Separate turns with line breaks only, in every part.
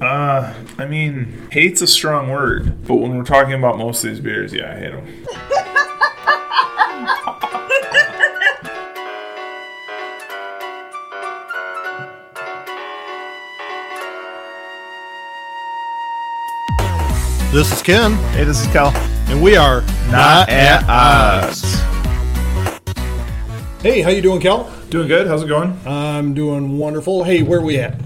Uh, I mean, hate's a strong word, but when we're talking about most of these beers, yeah, I hate them.
This is Ken,
Hey, this is Cal.
and we are
Not
Eh,
at
uh,
odds.
Hey, how you doing, Cal?
Doing good? How's it going?
I'm doing wonderful. Hey, where we at?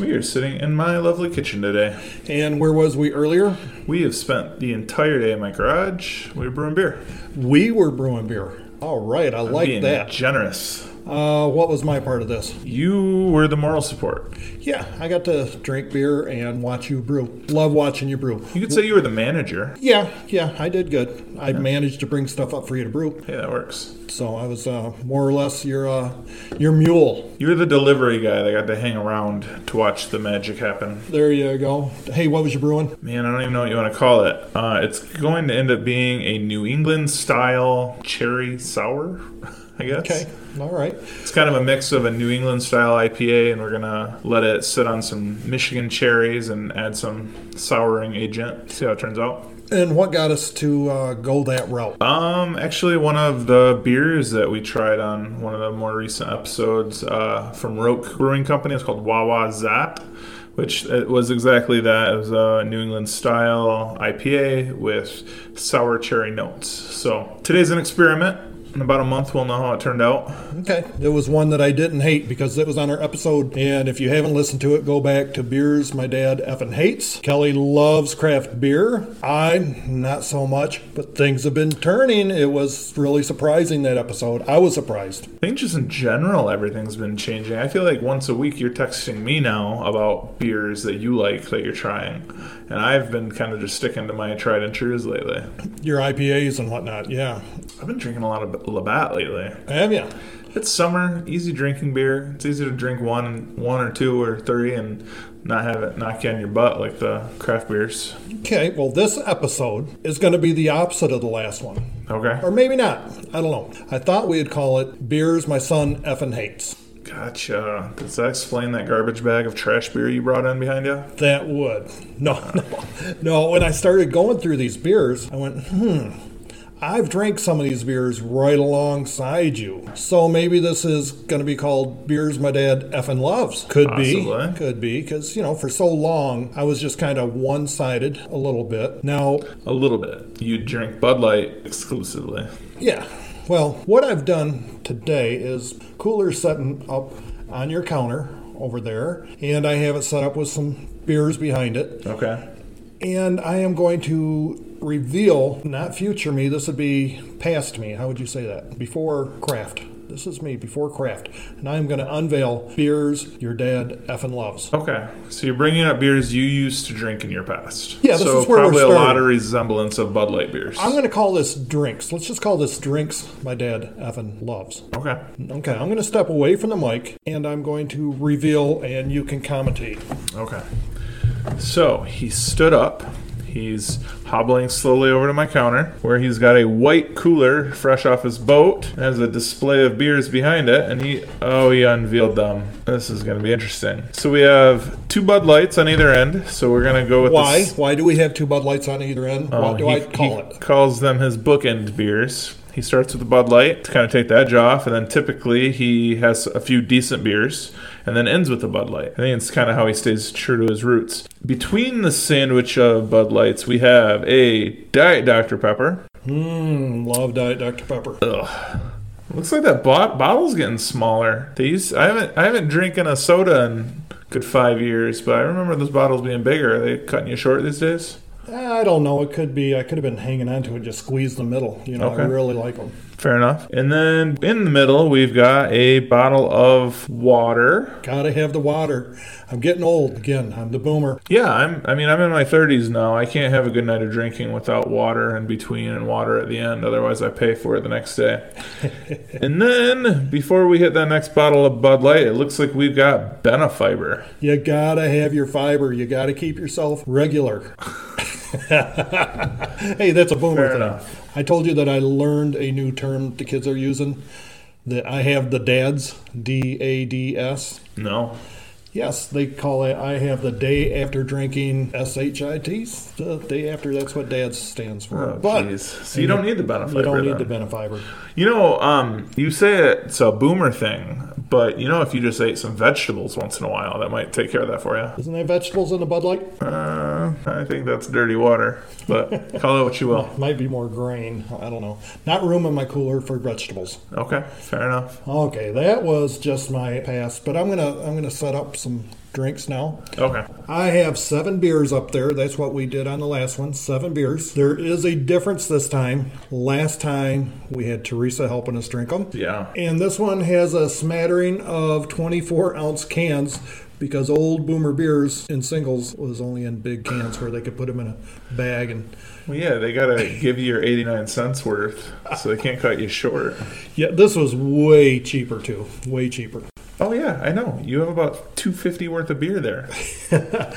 We are sitting in my lovely kitchen today.
And where was we earlier?
We have spent the entire day in my garage. We were brewing beer.
We were brewing beer. All right, I like
Being
that.
generous.
Uh, what was my part of this?
You were the moral support.
Yeah, I got to drink beer and watch you brew. Love watching you brew.
You could say you were the manager.
Yeah, yeah, I did good. I managed to bring stuff up for you to brew,
Hey, that works.
so I was uh, more or less your uh, your mule.
You were the delivery guy that got to hang around to watch the magic happen.
There you go. Hey, what was you brewing?
Man, I don't even know what you want to call it. Uh, it's going to end up being a New England style cherry sour, I guess.
Okay, all right.
It's kind of a mix of a New England style IPA, and we're going to let it sit on some Michigan cherries and add some souring agent. See how it turns out.
And what got us to uh, go that route?
Um, actually, one of the beers that we tried on one of the more recent episodes uh, from Roke Brewing Company is called Wawa Zap, which it was exactly that. It was a New England style IPA with sour cherry notes. So today's an experiment. In about a month, we'll know how it turned out.
Okay, it was one that I didn't hate because it was on our episode. And if you haven't listened to it, go back to beers my dad effing hates. Kelly loves craft beer. I not so much, but things have been turning. It was really surprising that episode. I was surprised.
I think just in general, everything's been changing. I feel like once a week you're texting me now about beers that you like that you're trying, and I've been kind of just sticking to my tried and trues lately.
Your IPAs and whatnot, yeah.
I've been drinking a lot of Labatt lately.
Have ya?
It's summer, easy drinking beer. It's easy to drink one, one or two or three, and not have it knock you on your butt like the craft beers.
Okay, well, this episode is going to be the opposite of the last one.
Okay,
Or maybe not. I don't know. I thought we'd call it Beers My Son Effing Hates.
gotcha. Does that explain that garbage bag of trash beer you brought in behind you?
That would. No, no, no. When I started going through these beers, I went, hmm, I've drank some of these beers right alongside you. So maybe this is going to be called Beers My Dad Effin' Loves. Could
Possibly.
be. Could be. Because, you know, for so long, I was just kind of one sided a little bit. Now,
A little bit. You drink Bud Light exclusively.
yeah. Well, what I've done today is cooler setting up on your counter over there, and I have it set up with some beers behind it.
Okay.
And I am going to reveal, not future me, this would be past me. How would you say that? Before craft. This is me before craft. And I am going to unveil beers your dad effing loves.
Okay, so you're bringing up beers you used to drink in your past.
Yeah, this
so
is where we're
probably a lot
starting.
of resemblance of Bud Light beers.
I'm going to call this drinks. Let's just call this drinks my dad effing loves.
okay,
Okay, I'm going to step away from the mic and I'm going to reveal and you can commentate.
okay. So he stood up. He's hobbling slowly over to my counter, where he's got a white cooler fresh off his boat. It has a display of beers behind it, and he oh he unveiled them. This is gonna be interesting. So we have two Bud Lights on either end. So we're gonna go with the
Why?
s-
Why do we have two Bud Lights on either end?
Oh,
what do
he-
I call
he
it?
Calls them his bookend beers. He starts with the Bud Light to kind of take the edge off, and then typically he has a few decent beers, and then ends with the Bud Light. I think it's kind of how he stays true to his roots. Between the sandwich of Bud Lights, we have a Diet Dr Pepper.
Mmm, love Diet Dr. Pepper.
Looks like that bo- bottle's getting smaller. These I haven't I haven't drinking a soda in good five years, but I remember those bottles being bigger. Are they cutting you short these days?
I don't know. It could be. I could have been hanging on to it, just squeeze the middle. You know,
Okay.
I really like them.
Fair enough. And then in the middle, we've got a bottle of water.
Gotta have the water. I'm getting old again. I'm the boomer.
Yeah, I'm. I mean, I'm in my 30s now. I can't have a good night of drinking without water in between and water at the end. Otherwise, I pay for it the next day. and then before we hit that next bottle of Bud Light, it looks like we've got Benefiber.
You gotta have your fiber. You gotta keep yourself regular. hey, that's a boomer
Fair
thing.
enough.
I told you that I learned a new term the kids are using. That I have the dads. D A D S.
No,
Yes, they call it. I have the day after drinking SHITs. The day after, that's what DAD stands for.
Oh,
but
jeez. So you don't need the benefit.
you don't need
then.
the benefiber.
You know, um, you say it's a boomer thing, but you know, if you just ate some vegetables once in a while, that might take care of that for you.
Isn't there vegetables in the Bud Light?
Uh, I think that's dirty water, but call it what you will.
Might be more grain. I don't know. Not room in my cooler for vegetables.
Okay, fair enough.
Okay, that was just my past, but I'm gonna I'm gonna set up some drinks now.
Okay.
I have seven beers up there. That's what we did on the last one. Seven beers. There is a difference this time. Last time we had Teresa helping us drink them.
Yeah.
And this one has a smattering of 24 ounce cans because old Boomer beers in singles was only in big cans where they could put them in a bag. And
Well, yeah, they gotta give you your 89 cents worth, so they can't cut you short.
yeah, this was way cheaper too. Way cheaper.
Oh yeah, I know. You have about 250 worth of beer there.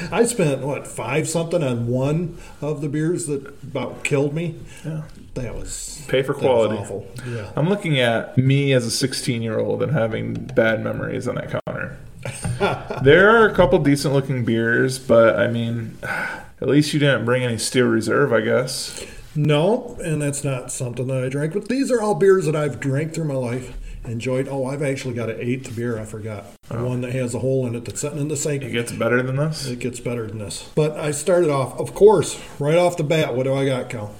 I spent what five something on one of the beers that about killed me.
Yeah.
That was
Pay for
that was
quality.
awful. Yeah.
I'm looking at me as a 16 year old and having bad memories on that counter. there are a couple decent looking beers, but I mean, at least you didn't bring any Steel Reserve, I guess.
No, and that's not something that I drank. But these are all beers that I've drank through my life, enjoyed. Oh, I've actually got an eighth beer. I forgot The one that has a hole in it that's sitting in the sink.
It gets better than this.
It gets better than this. But I started off, of course, right off the bat. What do I got, Cal?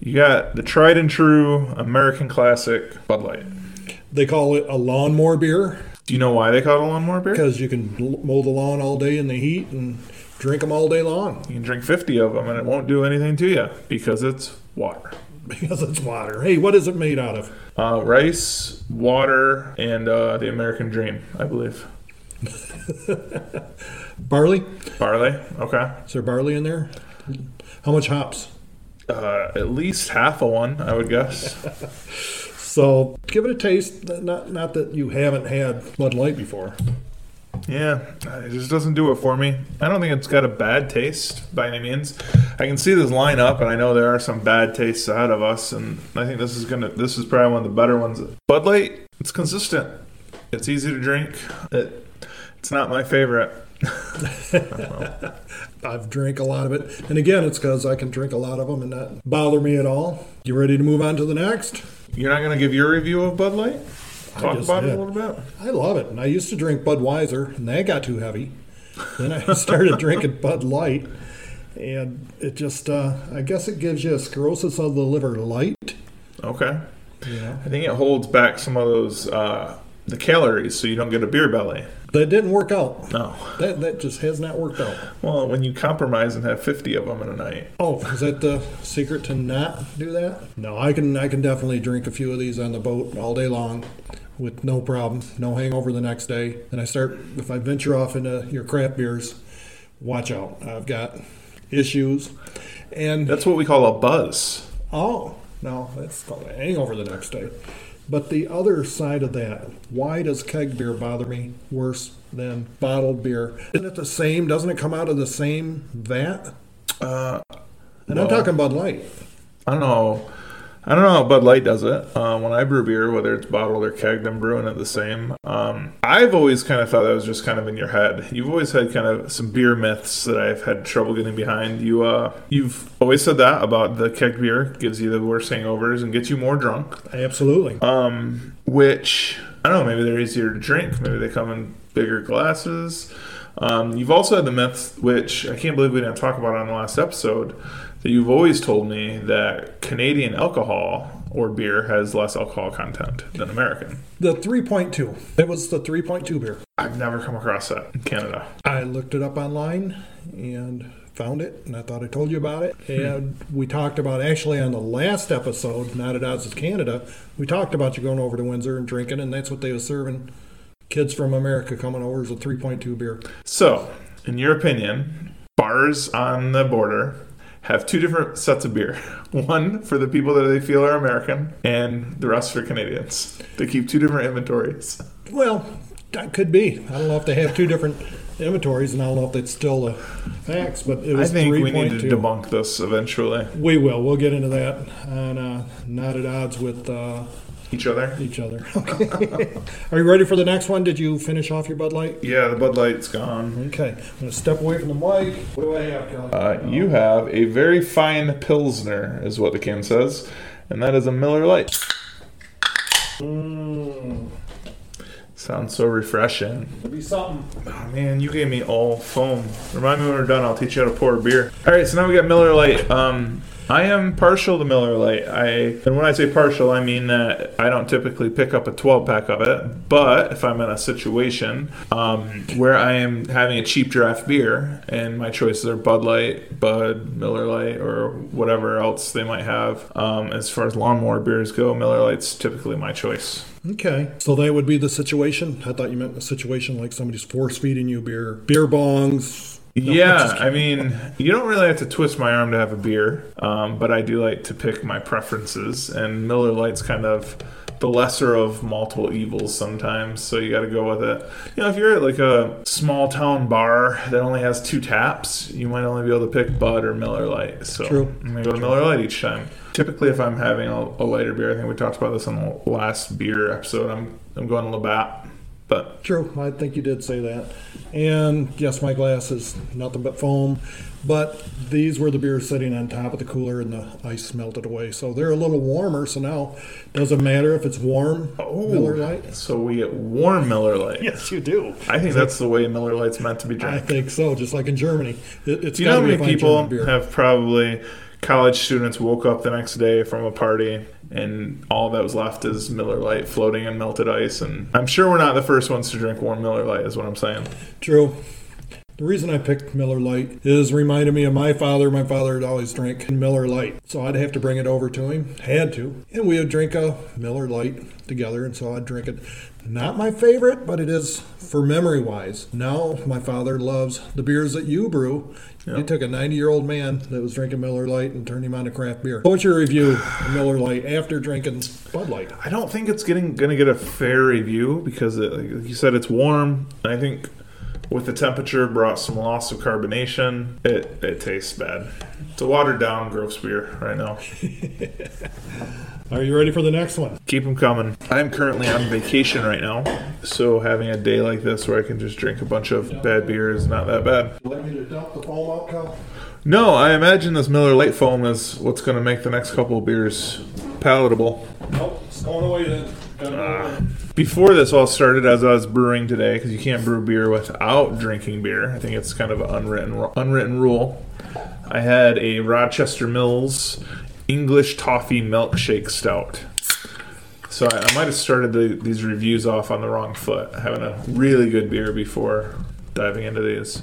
You got the tried and true American classic Bud Light.
They call it a lawnmower beer
Do you know why they call it a lawnmower beer?
because you can l- mow the lawn all day in the heat and drink them all day long
You can drink 50 of them and it won't do anything to you because it's water.
because it's water. Hey, what is it made out of?
Uh, rice, water, and uh, the American Dream, I believe.
Barley?
Barley, okay.
Is there barley in there? How much hops?
Uh, at least half a one, I would guess.
So give it a taste. Not not that you haven't had Bud Light before.
Yeah, it just doesn't do it for me. I don't think it's got a bad taste by any means. I can see this lineup, and I know there are some bad tastes ahead of us, and I think this is gonna. This is probably one of the better ones. Bud Light, it's consistent. It's easy to drink. It, it's not my favorite.
I've drank a lot of it, and again, it's because I can drink a lot of them and not bother me at all. You ready to move on to the next?
You're not gonna give your review of Bud Light. Talk
just
about it
did.
a little bit.
I love it. And I used to drink Budweiser, and that got too heavy. Then I started drinking Bud Light, and it just, uh, I guess it gives you a sclerosis of the liver light.
Okay.
You know?
I think it holds back some of those uh, the calories, so you don't get a beer belly.
That didn't work out.
No.
That, that just has not worked out.
Well, when you compromise and have 50 of them in a night.
Oh, is that the secret to not do that? No, I can I can definitely drink a few of these on the boat all day long with no problem, no hangover the next day. And I start if I venture off into your craft beers, watch out. I've got issues. And
That's what we call a buzz.
oh, no, that's called a hangover the next day. But the other side of that, why does keg beer bother me worse than bottled beer? Isn't it the same? Doesn't it come out of the same vat?
Uh,
And I'm
Well-
talking Bud Light.
I don't know. I don't know how Bud Light does it. Uh, when I brew beer, whether it's bottled or kegged, I'm brewing it the same. Um, I've always kind of thought that was just kind of in your head. You've always had kind of some beer myths that I've had trouble getting behind. You, uh, you've always said that about the kegged beer gives you the worst hangovers and gets you more drunk.
Absolutely.
um, which I don't know. Maybe they're easier to drink. Maybe they come in bigger glasses. Um, you've also had the myth, which I can't believe we didn't talk about on the last episode, that you've always told me that Canadian alcohol or beer has less alcohol content than American.
The 3.2. It was the 3.2 beer.
I've never come across that in Canada.
I looked it up online and found it, and I thought I told you about it.
Hmm.
And we talked about actually on the last episode, Not at Odds with Canada, we talked about you going over to Windsor and drinking, and that's what they were serving. Kids from America coming over is a 3.2 beer.
So, in your opinion, bars on the border have two different sets of beer. One for the people that they feel are American, and the rest for Canadians. They keep two different inventories.
Well, that could be. I don't know if they have two different inventories, and I don't know if that's still the facts, but it
I
was
think
3.2.
we need to debunk this eventually.
We will. We'll get into that on uh, Not at Odds with uh,
Each other.
Each other. Okay. Are you ready for the next one? Did you finish off your Bud Light?
Yeah, the Bud Light's gone.
Okay. I'm going to step away from the mic. What do I have, Kelly?
Uh, you have a very fine Pilsner, is what the can says, and that is a Miller Light.
Mm,
Sounds so refreshing.
it'll be something.
Oh man, you gave me all foam. Remind me when we're done, I'll teach you how to pour beer. All right, so now we got Miller Lite. Um, I am partial to Miller Lite. I and when I say partial, I mean that I don't typically pick up a 12 pack of it. But if I'm in a situation um, where I am having a cheap draft beer and my choices are Bud Light, Bud, Miller Lite, or whatever else they might have, um, as far as lawnmower beers go, Miller Lite's typically my choice.
Okay. So that would be the situation. I thought you meant a situation like somebody's force feeding you beer, beer bongs. No,
yeah,
just-
I mean, you don't really have to twist my arm to have a beer, um, but I do like to pick my preferences, and Miller Lite's kind of the lesser of multiple evils sometimes, so you got to go with it. You know, if you're at like a small town bar that only has two taps, you might only be able to pick Bud or Miller Lite. So
True.
I'm gonna go to Miller Lite each time. Typically, if I'm having a, a lighter beer, I think we talked about this on the last beer episode. I'm I'm going Labatt, but
True. I think you did say that. And yes, my glass is nothing but foam. But these were the beers sitting on top of the cooler and the ice melted away. So they're a little warmer. So now doesn't matter if it's warm
Oh,
Miller Lite.
So we get warm Miller Lite.
Yes, you do.
I think that's the way Miller Lite's meant to be
I
drank.
think so. Just like in Germany, it, it's
Do you know
gotta
how
be a
many
fine
people
German beer.
have probably college students woke up the next day from a party and all that was left is Miller Lite floating in melted ice? And I'm sure we're not the first ones to drink warm Miller Lite, is what I'm saying.
True. The reason I picked Miller Lite is reminded me of my father. My father had always drank Miller Lite, so I'd have to bring it over to him. Had to, and we would drink a Miller Lite together, and so I'd drink it. Not my favorite, but it is for memory wise. Now my father loves the beers that you brew. You took a 90 year old man that was drinking Miller Lite and turned him on to craft beer. What's your review of Miller Lite after drinking Bud Light?
I don't think it's getting going to get a fair review because, it, like you said, it's warm. And I think with the temperature brought some loss of carbonation. It, it tastes bad. It's a watered down gross beer right now.
Are you ready for the next one?
Keep them coming. I'm currently on vacation right now, so having a day like this where I can just drink a bunch of bad beer is not that bad.
Want me to dump the foam out, Cal?
No, I imagine this Miller Lite foam is what's going to make the next couple of beers palatable.
Nope, it's going away then. Gotta go away.
Before this all started, as I was brewing today, because you can't brew beer without drinking beer. I think it's kind of an unwritten unwritten rule. I had a Rochester Mills English Toffee Milkshake Stout. So I, I might have started the, these reviews off on the wrong foot, having a really good beer before diving into these.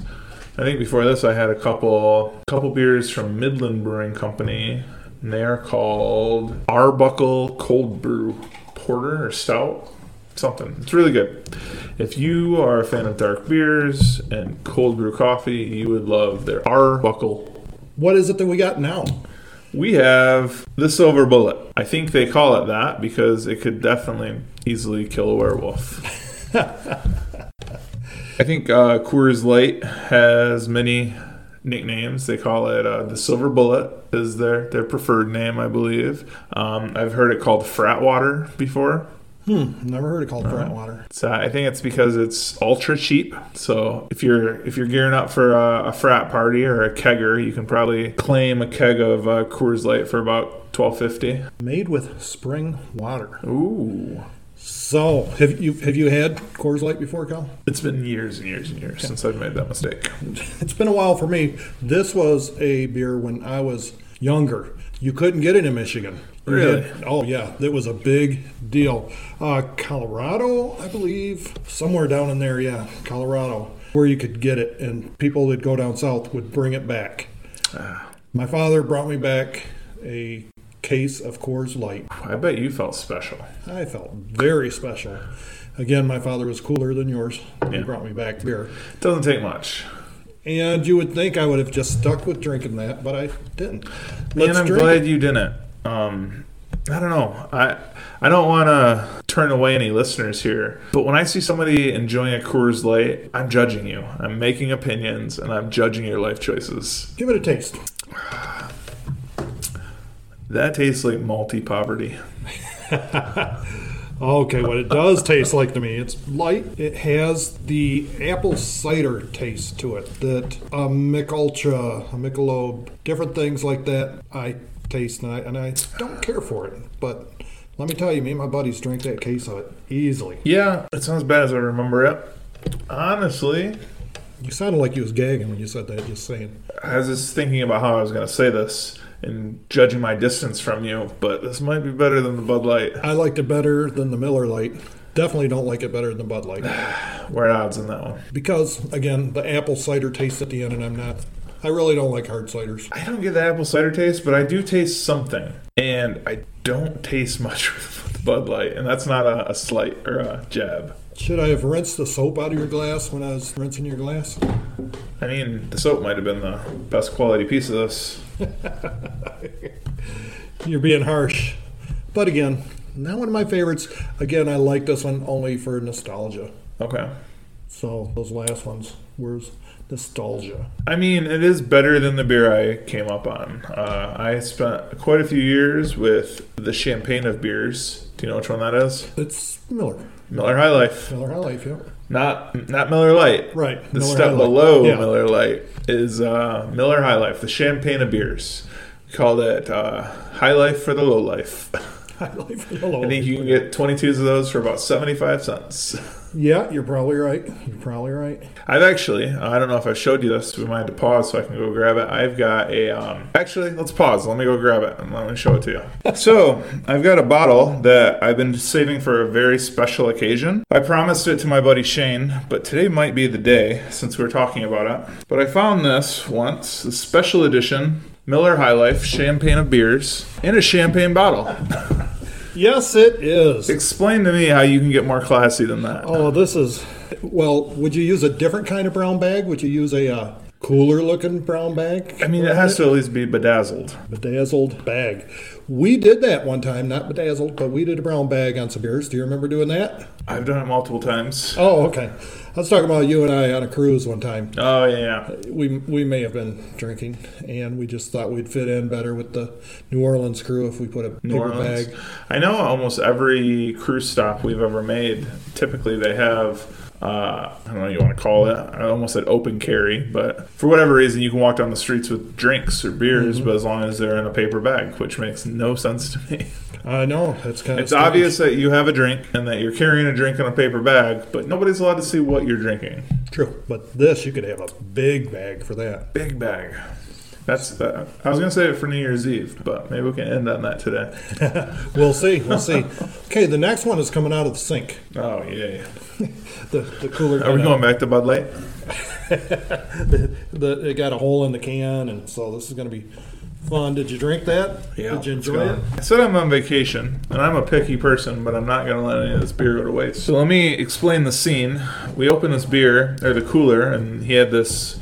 I think before this, I had a couple couple beers from Midland Brewing Company. And they are called Arbuckle Cold Brew Porter or Stout, something. It's really good. If you are a fan of dark beers and cold brew coffee, you would love their Arbuckle
What is it that we got now?
we have the silver bullet. I think they call it that because it could definitely easily kill a werewolf. I think uh, Coors Light has many nicknames. They call it uh, the silver bullet is their their preferred name, I believe. Um, I've heard it called frat water before.
Never heard it called frat water.
So I think it's because it's ultra cheap. So if you're if you're gearing up for a, a frat party or a kegger, you can probably claim a keg of uh, Coors Light for about twelve fifty.
Made with spring water.
Ooh,
So, have you have you had Coors Light before, Cal?
it's been years and years and years since I've made that mistake.
It's been a while for me. This was a beer when I was younger. You couldn't get it in Michigan. You
Really?
had- oh yeah, it was a big deal. Uh, Colorado, I believe, somewhere down in there. Yeah, Colorado, where you could get it, and people that go down south would bring it back.
Ah.
My father brought me back a case of Coors Light.
I bet you felt special.
I felt very special. Again, my father was cooler than yours. He
Yeah.
brought me back beer.
It doesn't take much.
And you would think I would have just stuck with drinking that, but I didn't.
and I'm
drink
glad
it.
you didn't. Um, I don't know. I I don't want to turn away any listeners here, but when I see somebody enjoying a Coors Light, I'm judging you. I'm making opinions, and I'm judging your life choices.
Give it a taste.
That tastes like multi poverty.
Okay, what it does taste like to me, it's light. It has the apple cider taste to it that a Mikulcha, a Michelob, different things like that I taste and I, and I don't care for it. But let me tell you, me and my buddies drink that case of it easily.
Yeah, it's not as bad as I remember it. Honestly,
You sounded like you was gagging when you said that, just saying.
I was just thinking about how I was going to say this and judging my distance from you, but this might be better than the Bud Light.
I liked it better than the Miller Lite. Definitely don't like it better than Bud Light.
We're at odds on that one.
Because, again, the apple cider taste at the end, and I'm not, I really don't like hard ciders.
I don't get the apple cider taste, but I do taste something, and I don't taste much with the Bud Light, and that's not a, a slight or a jab.
Should I have rinsed the soap out of your glass when I was rinsing your glass?
I mean, the soap might have been the best quality piece of this.
You're being harsh. But again, not one of my favorites. Again, I like this one only for nostalgia.
Okay.
So those last ones were nostalgia.
I mean, it is better than the beer I came up on. Uh, I spent quite a few years with the champagne of beers. Do you know which one that is?
It's Miller.
Miller High Life.
Miller High Life, yeah.
Not not Miller Light.
Right.
The
Miller
step
High Life.
below
Yeah.
Miller Light is uh, Miller High Life, the champagne of beers. We call it uh, High Life for the Low Life.
High Life. Hello.
I think you can get 22s of those for about 75 cents.
yeah, you're probably right. You're probably right.
I've actually, uh, I don't know if I showed you this, we might have to pause so I can go grab it. I've got a, um, actually, let's pause. Let me go grab it and let me show it to you. so, I've got a bottle that I've been saving for a very special occasion. I promised it to my buddy Shane, but today might be the day since we were talking about it. But I found this once, the special edition Miller High Life champagne of beers in a champagne bottle.
Yes, it is.
Explain to me how you can get more classy than that.
Oh, this is. Well, would you use a different kind of brown bag? Would you use a uh, cooler looking brown bag?
I mean, it has to at least be bedazzled.
bedazzled bag. We did that one time, not bedazzled, but we did a brown bag on some beers. Do you remember doing that?
I've done it multiple times.
Oh, okay. I was talking about you and I on a cruise one time.
Oh, yeah.
We we may have been drinking, and we just thought we'd fit in better with the New Orleans crew if we put a
New
paper
Orleans.
bag.
I know almost every cruise stop we've ever made, typically they have. Uh, I don't know what you want to call it. I almost said open carry, but for whatever reason, you can walk down the streets with drinks or beers, but as long as they're in a paper bag, which makes no sense to me.
I know that's kind
It's
of
obvious that you have a drink and that you're carrying a drink in a paper bag, but nobody's allowed to see what you're drinking.
true, but this you could have a big bag for that.
Big bag. That's that. I was gonna say it for New Year's Eve, but maybe we can end on that today.
We'll see. We'll see. Okay, the next one is coming out of the sink.
Oh Uh, yeah.
The the cooler.
Are we going back to Bud Light?
the, it got a hole in the can, and so this is going to be fun. Did you drink that? Did you enjoy it?
I said I'm on vacation, and I'm a picky person, but I'm not going to let any of this beer go to waste. So let me explain the scene. We open this beer, or the cooler, and he had this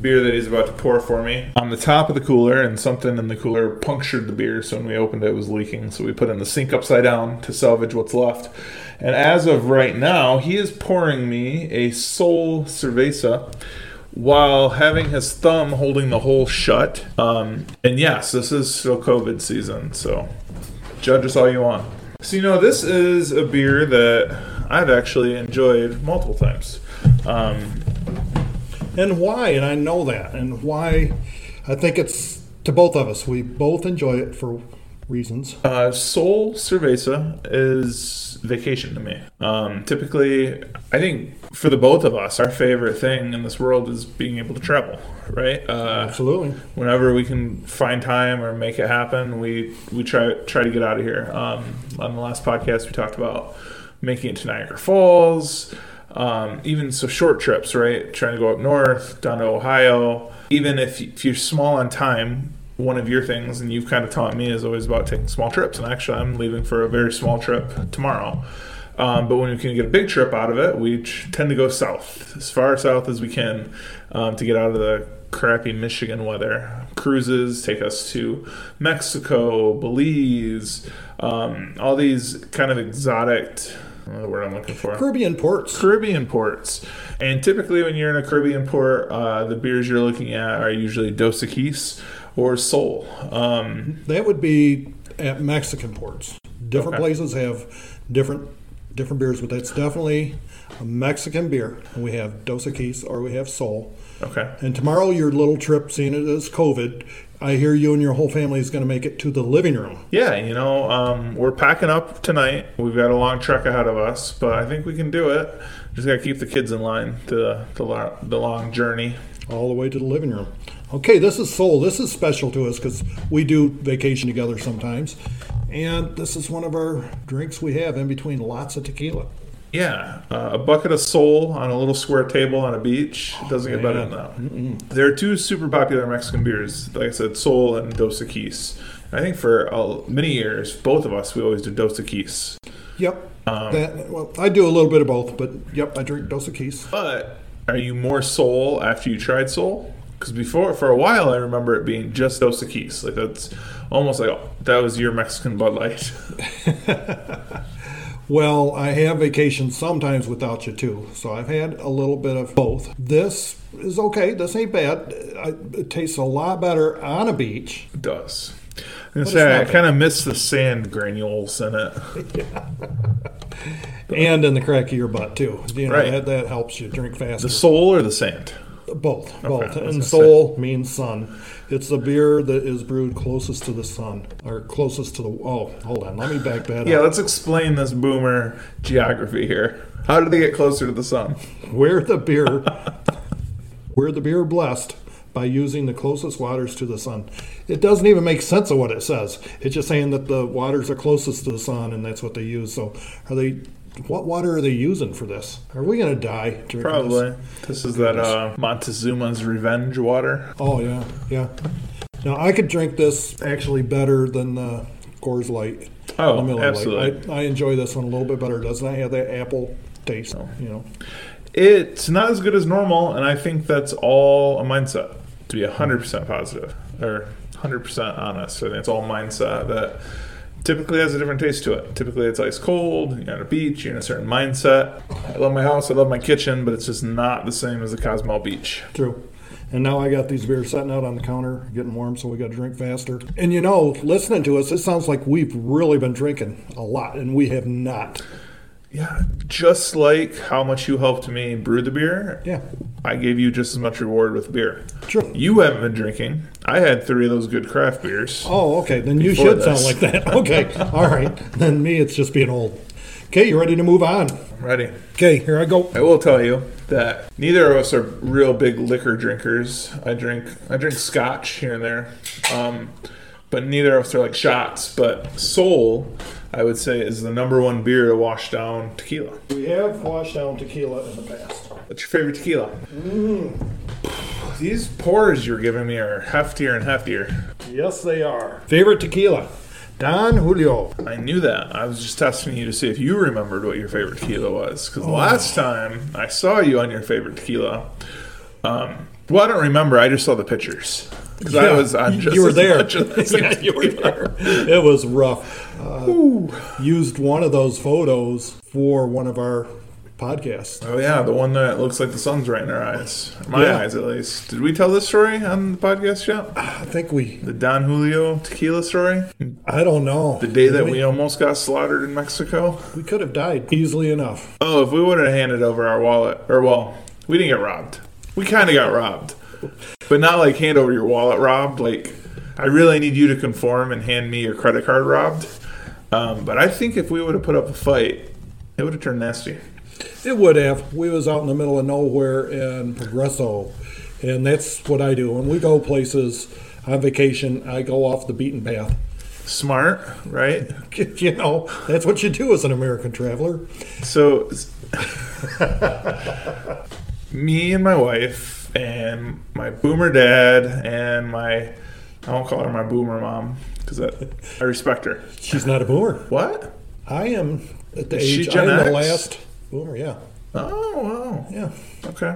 beer that he's about to pour for me on the top of the cooler, and something in the cooler punctured the beer. So when we opened it, it was leaking. So we put it in the sink upside down to salvage what's left. And as of right now, he is pouring me a Sol Cerveza while having his thumb holding the hole shut. Um, and yes, this is still COVID season, so judge us all you want. So, you know, this is a beer that I've actually enjoyed multiple times. Um,
And why? And I know that. And why? I think it's to both of us. We both enjoy it for reasons.
Uh, Sol Cerveza is vacation to me. Um, typically, I think for the both of us, our favorite thing in this world is being able to travel, right? Uh,
Absolutely.
whenever we can find time or make it happen, we we try try to get out of here. Um, on the last podcast, we talked about making it to Niagara Falls, um, even so short trips, right? Trying to go up north, down to Ohio. Even if, if you're small on time, one of your things, and you've kind of taught me, is always about taking small trips. And actually, I'm leaving for a very small trip tomorrow. Um, but when we can get a big trip out of it, we ch- tend to go south, as far south as we can, um, to get out of the crappy Michigan weather. Cruises take us to Mexico, Belize, um, all these kind of exotic. I don't know the word I'm looking for.
Caribbean ports.
Caribbean ports. And typically, when you're in a Caribbean port, uh, the beers you're looking at are usually Dos Equis or Sol. Um,
That would be at Mexican ports. Different
Okay.
places have different different beers, but that's definitely a Mexican beer. And we have Dos Equis or we have Sol.
Okay.
And tomorrow, your little trip, seeing it as COVID, I hear you and your whole family is going to make it to the living room.
Yeah, you know, um, we're packing up tonight. We've got a long trek ahead of us, but I think we can do it. Just gotta keep the kids in line to the to lo- the long journey.
all the way to the living room. Okay, this is Soul. This is special to us because we do vacation together sometimes. And this is one of our drinks we have in between lots of tequila.
Yeah, uh, a bucket of soul on a little square table on a beach doesn't get better than that. There are two super popular Mexican beers, like I said, Sol and Dos Equis. I think for uh, many years, both of us we always do Dos Equis.
Yep. that, well, I do a little bit of both, but yep, I drink Dos Equis.
But are you more Sol after you tried Sol? Because before, for a while, I remember it being just Dos Equis. Like that's almost like that was your Mexican Bud Light.
Well, I have vacations sometimes without you too, so I've had a little bit of both. This is okay. This ain't bad. I, it tastes a lot better on a beach.
It does. I'm gonna
it's
say I
not bad.
kind of miss the sand granules in it.
And in the crack of your butt too. You know,
Right.
that, that helps you drink faster.
The Sol or the sand?
Both, both.
that's
And
what I
sol means sun. It's the beer that is brewed closest to the sun, or closest to the. Oh, hold on. Let me back that
Yeah,
up.
let's explain this boomer geography here. How did they get closer to the sun?
We're the beer. we're the beer blessed by using the closest waters to the sun. It doesn't even make sense of what it says. It's just saying that the waters are closest to the sun, and that's what they use. So, are they? What water are they using for this? Are we gonna die? drinking this?
Probably. This is that uh, Montezuma's revenge water.
Oh yeah, yeah. Now I could drink this actually better than the Coors Light.
Oh,
the Light.
absolutely.
I, I enjoy this one a little bit better. It Doesn't have that apple taste? You know.
It's not as good as normal, and I think that's all a mindset to be 100% positive or 100% honest. I think it's all mindset that typically has a different taste to it. Typically, it's ice cold, you're on a beach, you're in a certain mindset. I love my house, I love my kitchen, but it's just not the same as the Cosmo Beach.
True. And now I got these beers sitting out on the counter, getting warm, so we got to drink faster. And you know, listening to us, it sounds like we've really been drinking a lot, and we have not.
Yeah, just like how much you helped me brew the beer.
Yeah.
I gave you just as much reward with beer.
True.
You haven't been drinking. I had three of those good craft beers.
Oh, okay. Then you
Before
should
this.
sound like that. Okay. All right. Then me, it's just being old. Okay, you ready to move on?
I'm ready.
Okay, here I go.
I will tell you that neither of us are real big liquor drinkers. I drink I drink scotch here and there, um, but neither of us are like shots. But Sol, I would say, is the number one beer to wash down tequila.
We have washed down tequila in the past.
What's your favorite tequila? These pours you're giving me are heftier and heftier.
Yes, they are. Favorite tequila? Don Julio.
I knew that. I was just testing you to see if you remembered what your favorite tequila was. Because
Oh.
last time I saw you on your favorite tequila, um, well, I don't remember. I just saw the pictures. Because I
Yeah,
was on
you-
just
you were
as
there.
much of this
Yeah, you were there. It was rough. Uh, used one of those photos for one of our podcasts.
Oh yeah, the one that looks like the sun's right in our eyes, my
Yeah.
eyes at least. Did we tell this story on the podcast yet?
I think we.
The Don Julio tequila story,
I don't know.
the day that we almost got slaughtered in Mexico.
we could have died easily enough.
Oh, if we would have handed over our wallet, or well, we didn't get robbed. We kind of got robbed, but not like hand over your wallet robbed. Like, I really need you to conform and hand me your credit card robbed. Um, but I think if we would have put up a fight, it would have turned nasty.
It would have. We was out in the middle of nowhere in Progreso, and that's what I do when we go places on vacation. I go off the beaten path.
Smart, right?
You know, that's what you do as an American traveler.
So, s- me and my wife and my boomer dad and my I won't call her my boomer mom because I respect her.
She's not a boomer.
What?
I am at the
Is she
age.
Gen
I'm the
X?
last boomer. Yeah,
Oh wow.
yeah.
Okay.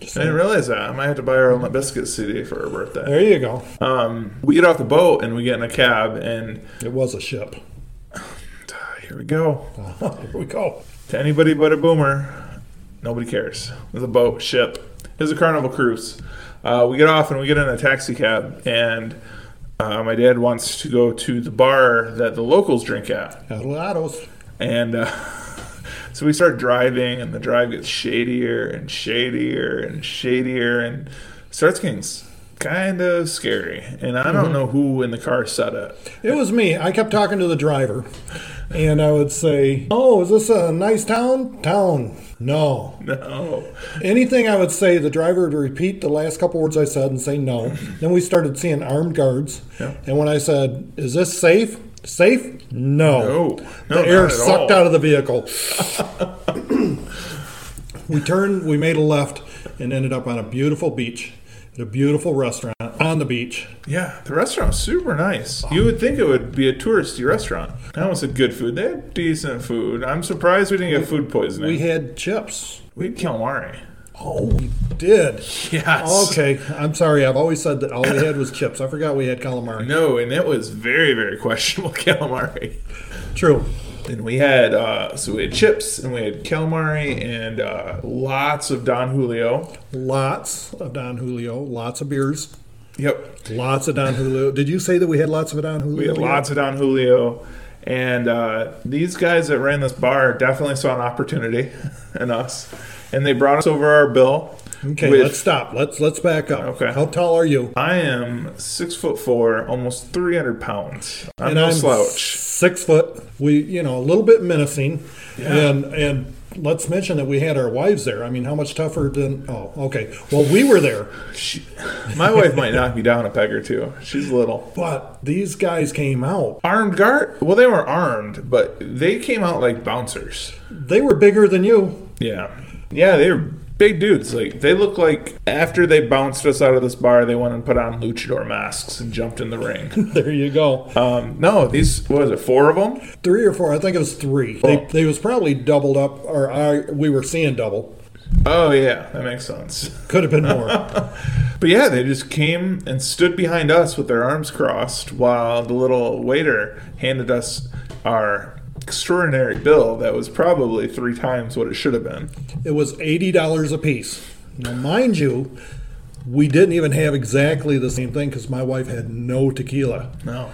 I didn't realize that. I might have to buy her a Limp Bizkit CD for her birthday.
There you go.
Um, we get off the boat and we get in a cab, and
It was a ship.
ah, here we go.
Here we go.
To anybody but a boomer, nobody cares. It's a boat, ship. It's a Carnival cruise. Uh, we get off and we get in a taxi cab, and Uh, my dad wants to go to the bar that the locals drink at.
Adorados.
And uh, so we start driving, and the drive gets shadier and shadier and shadier, and starts getting kind of scary. And I don't know who in the car said it.
It was me. I kept talking to the driver, and I would say, "Oh, is this a nice town? Town? No.
No.
Anything I would say, the driver would repeat the last couple words I said and say no. Then we started seeing armed guards,
Yeah.
and when I said, "Is this safe? Safe? No.
No. No,
the air
not at
sucked
all.
out of the vehicle. we turned. We made a left and ended up on a beautiful beach, at a beautiful restaurant on the beach.
Yeah, the restaurant's super nice. You would think it would be a touristy restaurant. I almost said good food. They had decent food. I'm surprised we didn't get food poisoning.
We
We,
had chips.
had calamari.
Oh, we did.
Yes.
Okay, I'm sorry. I've always said that all we had was chips. I forgot we had calamari.
No, and it was very, very questionable calamari.
True.
And we had uh, so we had chips and we had calamari and uh, lots of Don Julio.
Lots of Don Julio, lots of beers,
Yep,
lots of Don Julio. Did you say that we had lots of Don Julio?
we had lots of Don Julio, and uh, these guys that ran this bar definitely saw an opportunity in us, and they brought us over our bill.
Okay,
with-
let's stop. Let's let's back up.
Okay.
How tall are you?
I am six foot four, almost three hundred pounds. I'm no slouch.
Six foot. We, you know, a little bit menacing, and and let's mention that we had our wives there. I mean, how much tougher than? Oh, okay. Well, we were there.
She, my wife might knock me down a peg or two. She's little.
But these guys came out.
Armed guard? Well, they were armed, but they came out like bouncers.
They were bigger than you.
Yeah. Yeah, they were big dudes. Like they look like after they bounced us out of this bar, they went and put on luchador masks and jumped in the ring.
There you go.
um, no, these what was it four of them?
Three or four. I think it was three.
Oh.
They, they was probably doubled up, or I, we were seeing double.
Oh yeah, that makes sense.
Could have been more.
But yeah, they just came and stood behind us with their arms crossed while the little waiter handed us our extraordinary bill that was probably three times what it should have been.
it was eighty dollars a piece. Now, mind you, we didn't even have exactly the same thing because my wife had no tequila.
No.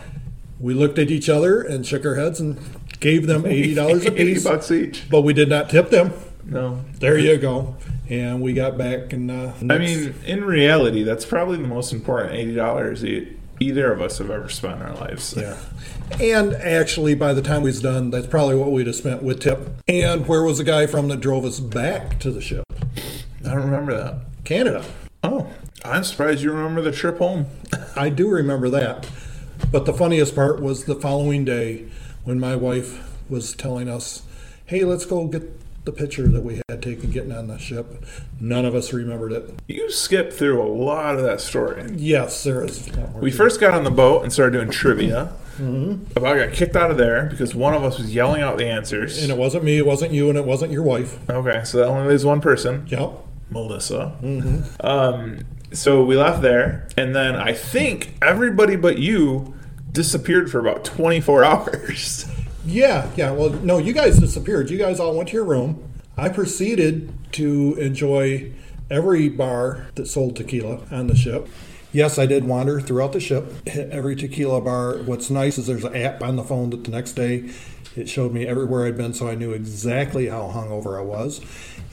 We looked at each other and shook our heads and gave them eighty dollars a
80
piece,
bucks each.
but we did not tip them.
No.
There you go. And we got back and uh,
I mean, in reality, that's probably the most important eighty dollars e- either of us have ever spent in our lives.
Yeah. And actually, by the time we was done, that's probably what we'd have spent with tip. And where was the guy from that drove us back to the ship?
I don't remember that.
Canada.
Oh, I'm surprised you remember the trip home.
I do remember that. But the funniest part was the following day when my wife was telling us, hey, let's go get the picture that we had taken getting on the ship. None of us remembered it.
You skipped through a lot of that story.
Yes, there is.
We first got on the boat and started doing trivia. Mm-hmm. I got kicked out of there because one of us was yelling out the answers.
And it wasn't me, it wasn't you, and it wasn't your wife.
okay, so that only leaves one person,
Yep.
Melissa. Um, so we left there, and then I think everybody but you disappeared for about 24 hours.
Yeah, yeah. Well, no, you guys disappeared. You guys all went to your room. I proceeded to enjoy every bar that sold tequila on the ship. Yes, I did wander throughout the ship, hit every tequila bar. What's nice is there's an app on the phone that the next day it showed me everywhere I'd been, so I knew exactly how hungover I was.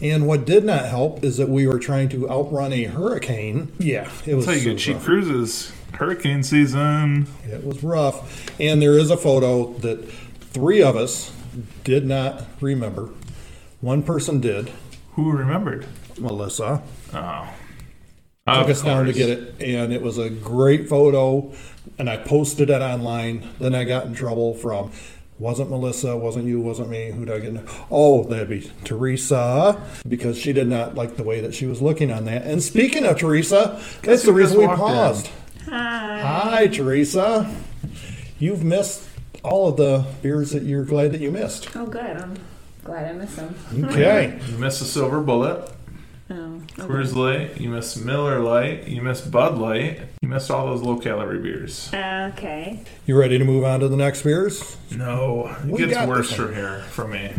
And what did not help is that we were trying to outrun a hurricane. Yeah, it was
That's how you
so
get cheap
rough.
cruises. Hurricane season.
It was rough. And there is a photo that three of us did not remember. One person did,
Who remembered?
Melissa.
Oh.
Took
Of
us down to
course.
get it. And it was a great photo. And I posted it online. Then I got in trouble from wasn't Melissa, wasn't you, wasn't me. Who did I get? In? Oh, that'd be Teresa because she did not like the way that she was looking on that. And speaking of Teresa, that's the
who just
reason we
walked in?
paused.
Uh,
Hi, Teresa. You've missed all of the beers that you're glad that you missed.
Oh, good. I'm glad I missed them.
Okay.
You miss a silver bullet.
Oh,
Coors Light. You miss Miller Light. You miss Bud Light. You missed all those low calorie beers.
Uh, okay.
You ready to move on to the next beers?
No, it
We
gets
got
worse
this
from here for me.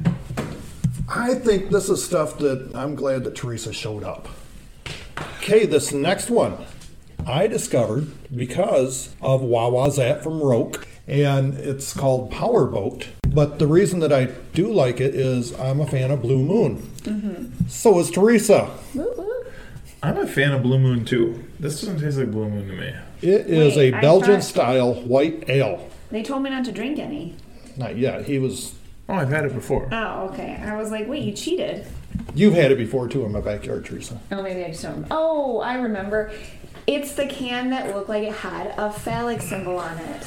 I think this is stuff that I'm glad that Teresa showed up. Okay, this next one I discovered because of Wawa's at from Roke, and it's called Powerboat. But the reason that I do like it is I'm a fan of Blue Moon. So is Teresa.
Woo, woo.
I'm a fan of Blue Moon too. This doesn't taste like Blue Moon to me.
It is
Wait,
a
I
Belgian
thought-
style white ale.
They told me not to drink any.
Not yet. He was.
Oh, I've had it before.
Oh, okay. I was like, wait, you cheated.
You've had it before too in my backyard, Teresa.
Oh, maybe I just don't. Oh, I remember. It's the can that looked like it had a phallic symbol on it.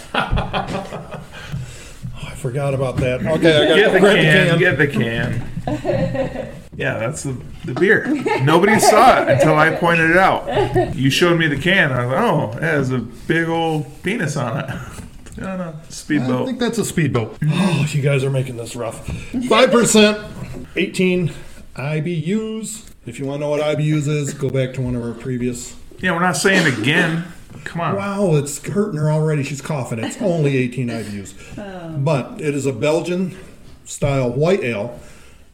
I forgot about that. Okay, I got
Get the
grab the
can,
can.
Get the can. yeah, that's the, the beer. Nobody saw it until I pointed it out. You showed me the can. I was like, oh, it has a big old penis on it. No, no,
I
speedboat.
think that's a speedboat. Oh, you guys are making this rough. Five percent, eighteen IBUs. If you want to know what IBUs is, go back to one of our previous.
yeah, we're not saying again. Come on.
Wow, it's hurting her already. She's coughing. It's only 18 IBUs, but it is a Belgian style white ale,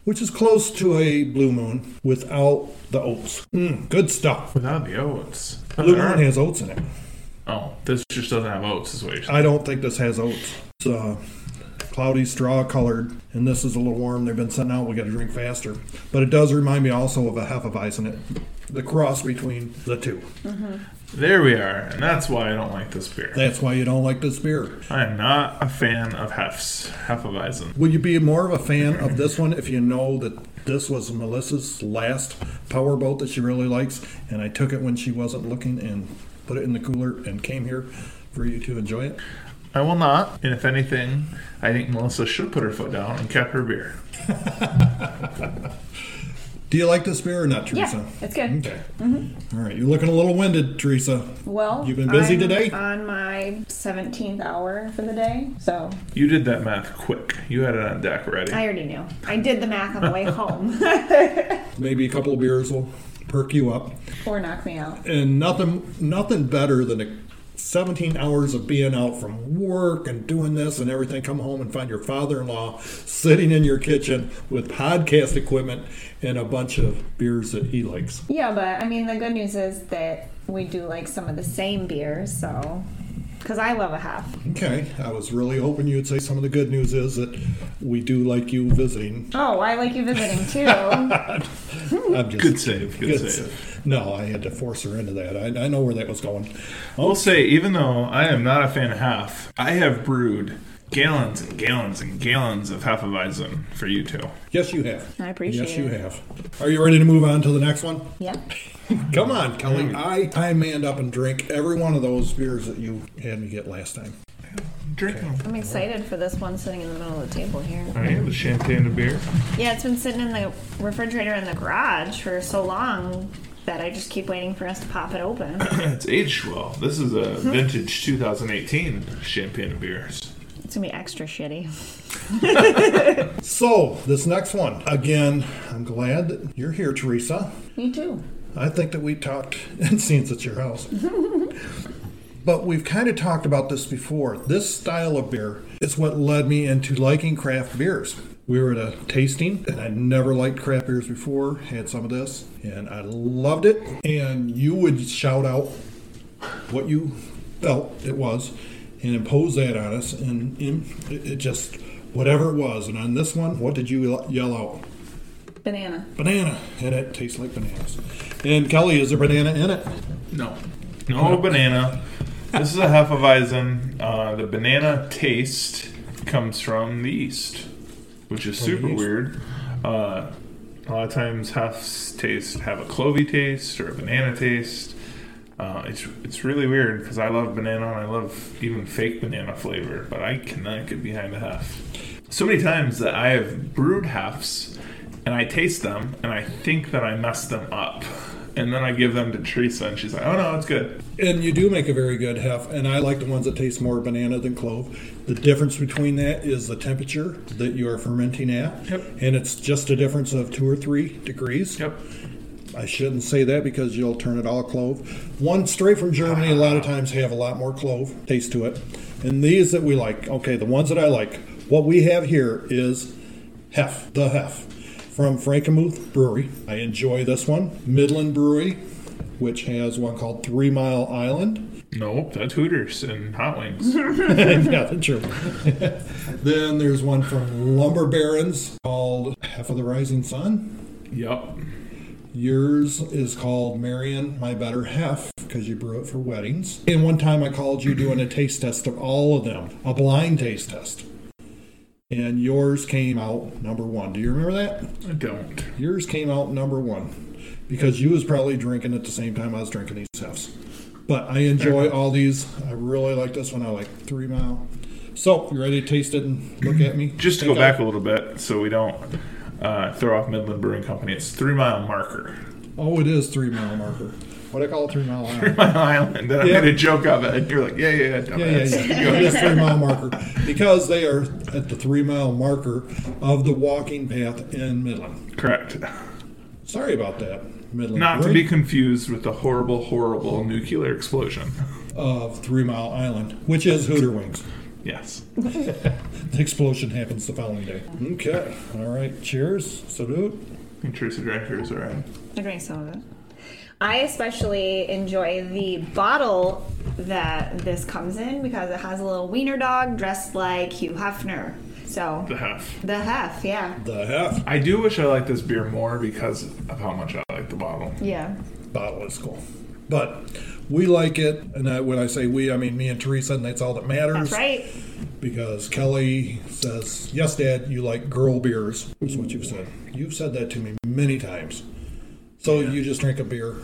which is close to a Blue Moon without the oats. Mm, good stuff.
Without the oats.
Blue Moon has oats in it.
Oh, this just doesn't have oats, is what you're saying.
I don't think this has oats. It's uh, cloudy straw colored, and this is a little warm. They've been sent out. We got to drink faster. But it does remind me also of a Hefeweizen. It, the cross between the two.
There we are. And that's why I don't like this beer.
That's why you don't like this beer.
I am not a fan of Hef's, Hefeweizen.
Would you be more of a fan of this one if you know that this was Melissa's last powerboat that she really likes, and I took it when she wasn't looking and put it in the cooler and came here for you to enjoy it?
I will not. And if anything, I think Melissa should put her foot down and kept her beer.
Do you like this beer or not,
Yeah,
Teresa?
it's good.
Okay. All right, you're looking a little winded, Teresa.
Well,
You've been busy
I'm
today?
On my 17th hour for the day, so
You did that math quick. You had it on deck already.
I already knew. I did the math on the way home,
Maybe a couple of beers will perk you up.
or knock me out.
And nothing nothing better than a 17 hours of being out from work and doing this and everything. Come home and find your father-in-law sitting in your kitchen with podcast equipment and a bunch of beers that he likes.
Yeah, but I mean, the good news is that we do like some of the same beers, so because I love a half.
Okay, I was really hoping you'd say some of the good news is that we do like you visiting.
Oh, I like you visiting too.
I'm just
Good save. Good,
Good.
save.
No, I had to force her into that. I, I know where that was going.
I will say, even though I am not a fan of half, I have brewed gallons and gallons and gallons of Hefeweizen for you two.
Yes, you have.
I appreciate
Yes, you
it.
have. Are you ready to move on to the next one?
yeah.
Come on, Kelly. I, I manned up and drink every one of those beers that you had me get last time.
Drink them.
I'm excited for this one sitting in the middle of the table here.
All right, the champagne to beer.
Yeah, it's been sitting in the refrigerator in the garage for so long that I just keep waiting for us to pop it open.
It's aged well. This is a vintage 2018 champagne and beers.
It's gonna be extra shitty.
So, this next one. Again, I'm glad that you're here, Teresa.
Me too.
I think that we talked, and since it's your house. but we've kind of talked about this before. This style of beer is what led me into liking craft beers. We were at a tasting, and I never liked craft beers before. Had some of this, and I loved it. And you would shout out what you felt it was and impose that on us, and, and it, it just whatever it was. And on this one, what did you yell out?
Banana.
banana and it tastes like bananas and kelly is a banana in it
No. No banana. This is a Hefeweizen. Uh, the banana taste comes from the yeast, which is super
yeast.
weird. Uh, a lot of times, Hefs taste have a clovey taste or a banana taste. Uh, it's it's really weird because I love banana and I love even fake banana flavor, but I cannot get behind a half. So many times that I have brewed halves and I taste them and I think that I messed them up. And then I give them to Teresa and she's like, oh no, it's good.
and you do make a very good hef and i like the ones that taste more banana than clove the difference between that is the temperature that you are fermenting at
Yep.
and it's just a difference of two or three degrees
Yep.
i shouldn't say that because you'll turn it all clove one straight from germany a lot of times have a lot more clove taste to it and these that we like okay the ones that i like what we have here is hef the hef from frankenmuth brewery i enjoy this one midland brewery which has one called Three Mile Island.
Nope, that's Hooters and Hot Wings.
yeah, that's true. then there's one from Lumber Barons called Half of the Rising Sun.
yep.
Yours is called Marion, My Better Half, because you brew it for weddings. And one time I called you doing a taste test of all of them, a blind taste test. And yours came out number one. Do you remember that?
I don't.
Yours came out number one because you was probably drinking at the same time I was drinking these halves. But I enjoy all these. I really like this one. I like Three Mile. So you ready to taste it and look at me?
Just to go
Think I-
back a little bit, so we don't uh, throw off Midland Brewing Company. It's Three Mile Marker.
Oh, it is Three Mile Marker. What do I call it? Three Mile Island.
Three Mile Island. Then I
Yeah.
made a joke of it, and you're like, yeah, yeah, yeah,
Yeah,
dumbass.
yeah, yeah. It is three mile marker because they are at the three mile marker of the walking path in Midland.
Correct.
Sorry about that, Midland.
Not to
Brewing
be confused with the horrible, horrible nuclear explosion.
of Three Mile Island, which is Hooter Wings.
Yes.
The explosion happens the following day. Okay. All right. Cheers. Salute.
Intrusive drinkers are in.
I drank some of it. I especially enjoy the bottle that this comes in because it has a little wiener dog dressed like Hugh Hefner. So
the half.
the Hef, yeah,
The half
I do wish I liked this beer more because of how much I like the bottle.
yeah.
bottle is cool, but we like it. And I, when I say we, I mean me and Teresa, and that's all that matters.
That's right.
because Kelly says, "Yes, Dad, you like girl beers." Is what you've said. You've said that to me many times. So you just drink a beer?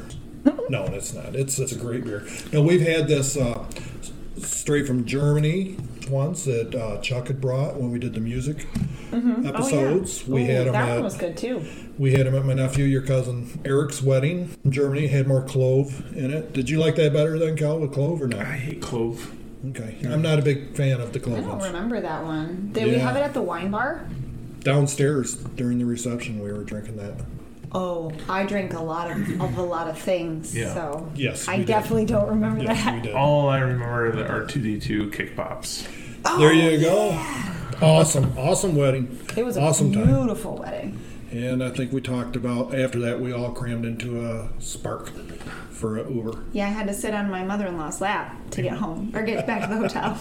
no, it's not. It's it's a great beer. Now we've had this uh, s- straight from Germany once that uh, Chuck had brought when we did the music
Mm-hmm.
episodes. We had them
Oh, that
at
one was good too.
we had 'em at my nephew, your cousin Eric's wedding in Germany. Had more clove in it. Did you like that better than Cal with clove or
I
not?
hate clove.
Okay, I'm not a big fan of the
I
clove
don't
ones.
remember that one. Did we
Yeah.
have it at the wine bar?
downstairs during the reception we were drinking that
Oh, I drink a lot of, of a lot of things.
Yeah.
So
Yes,
I
we did.
definitely don't remember
yes we
that.
did
All I remember are the R2D2 kick pops.
Oh,
there you go awesome awesome wedding
It was a
awesome time
beautiful wedding.
and i think we talked about after that we all crammed into a spark for a uber
Yeah, I had to sit on my mother-in-law's lap to get home or get back to the hotel.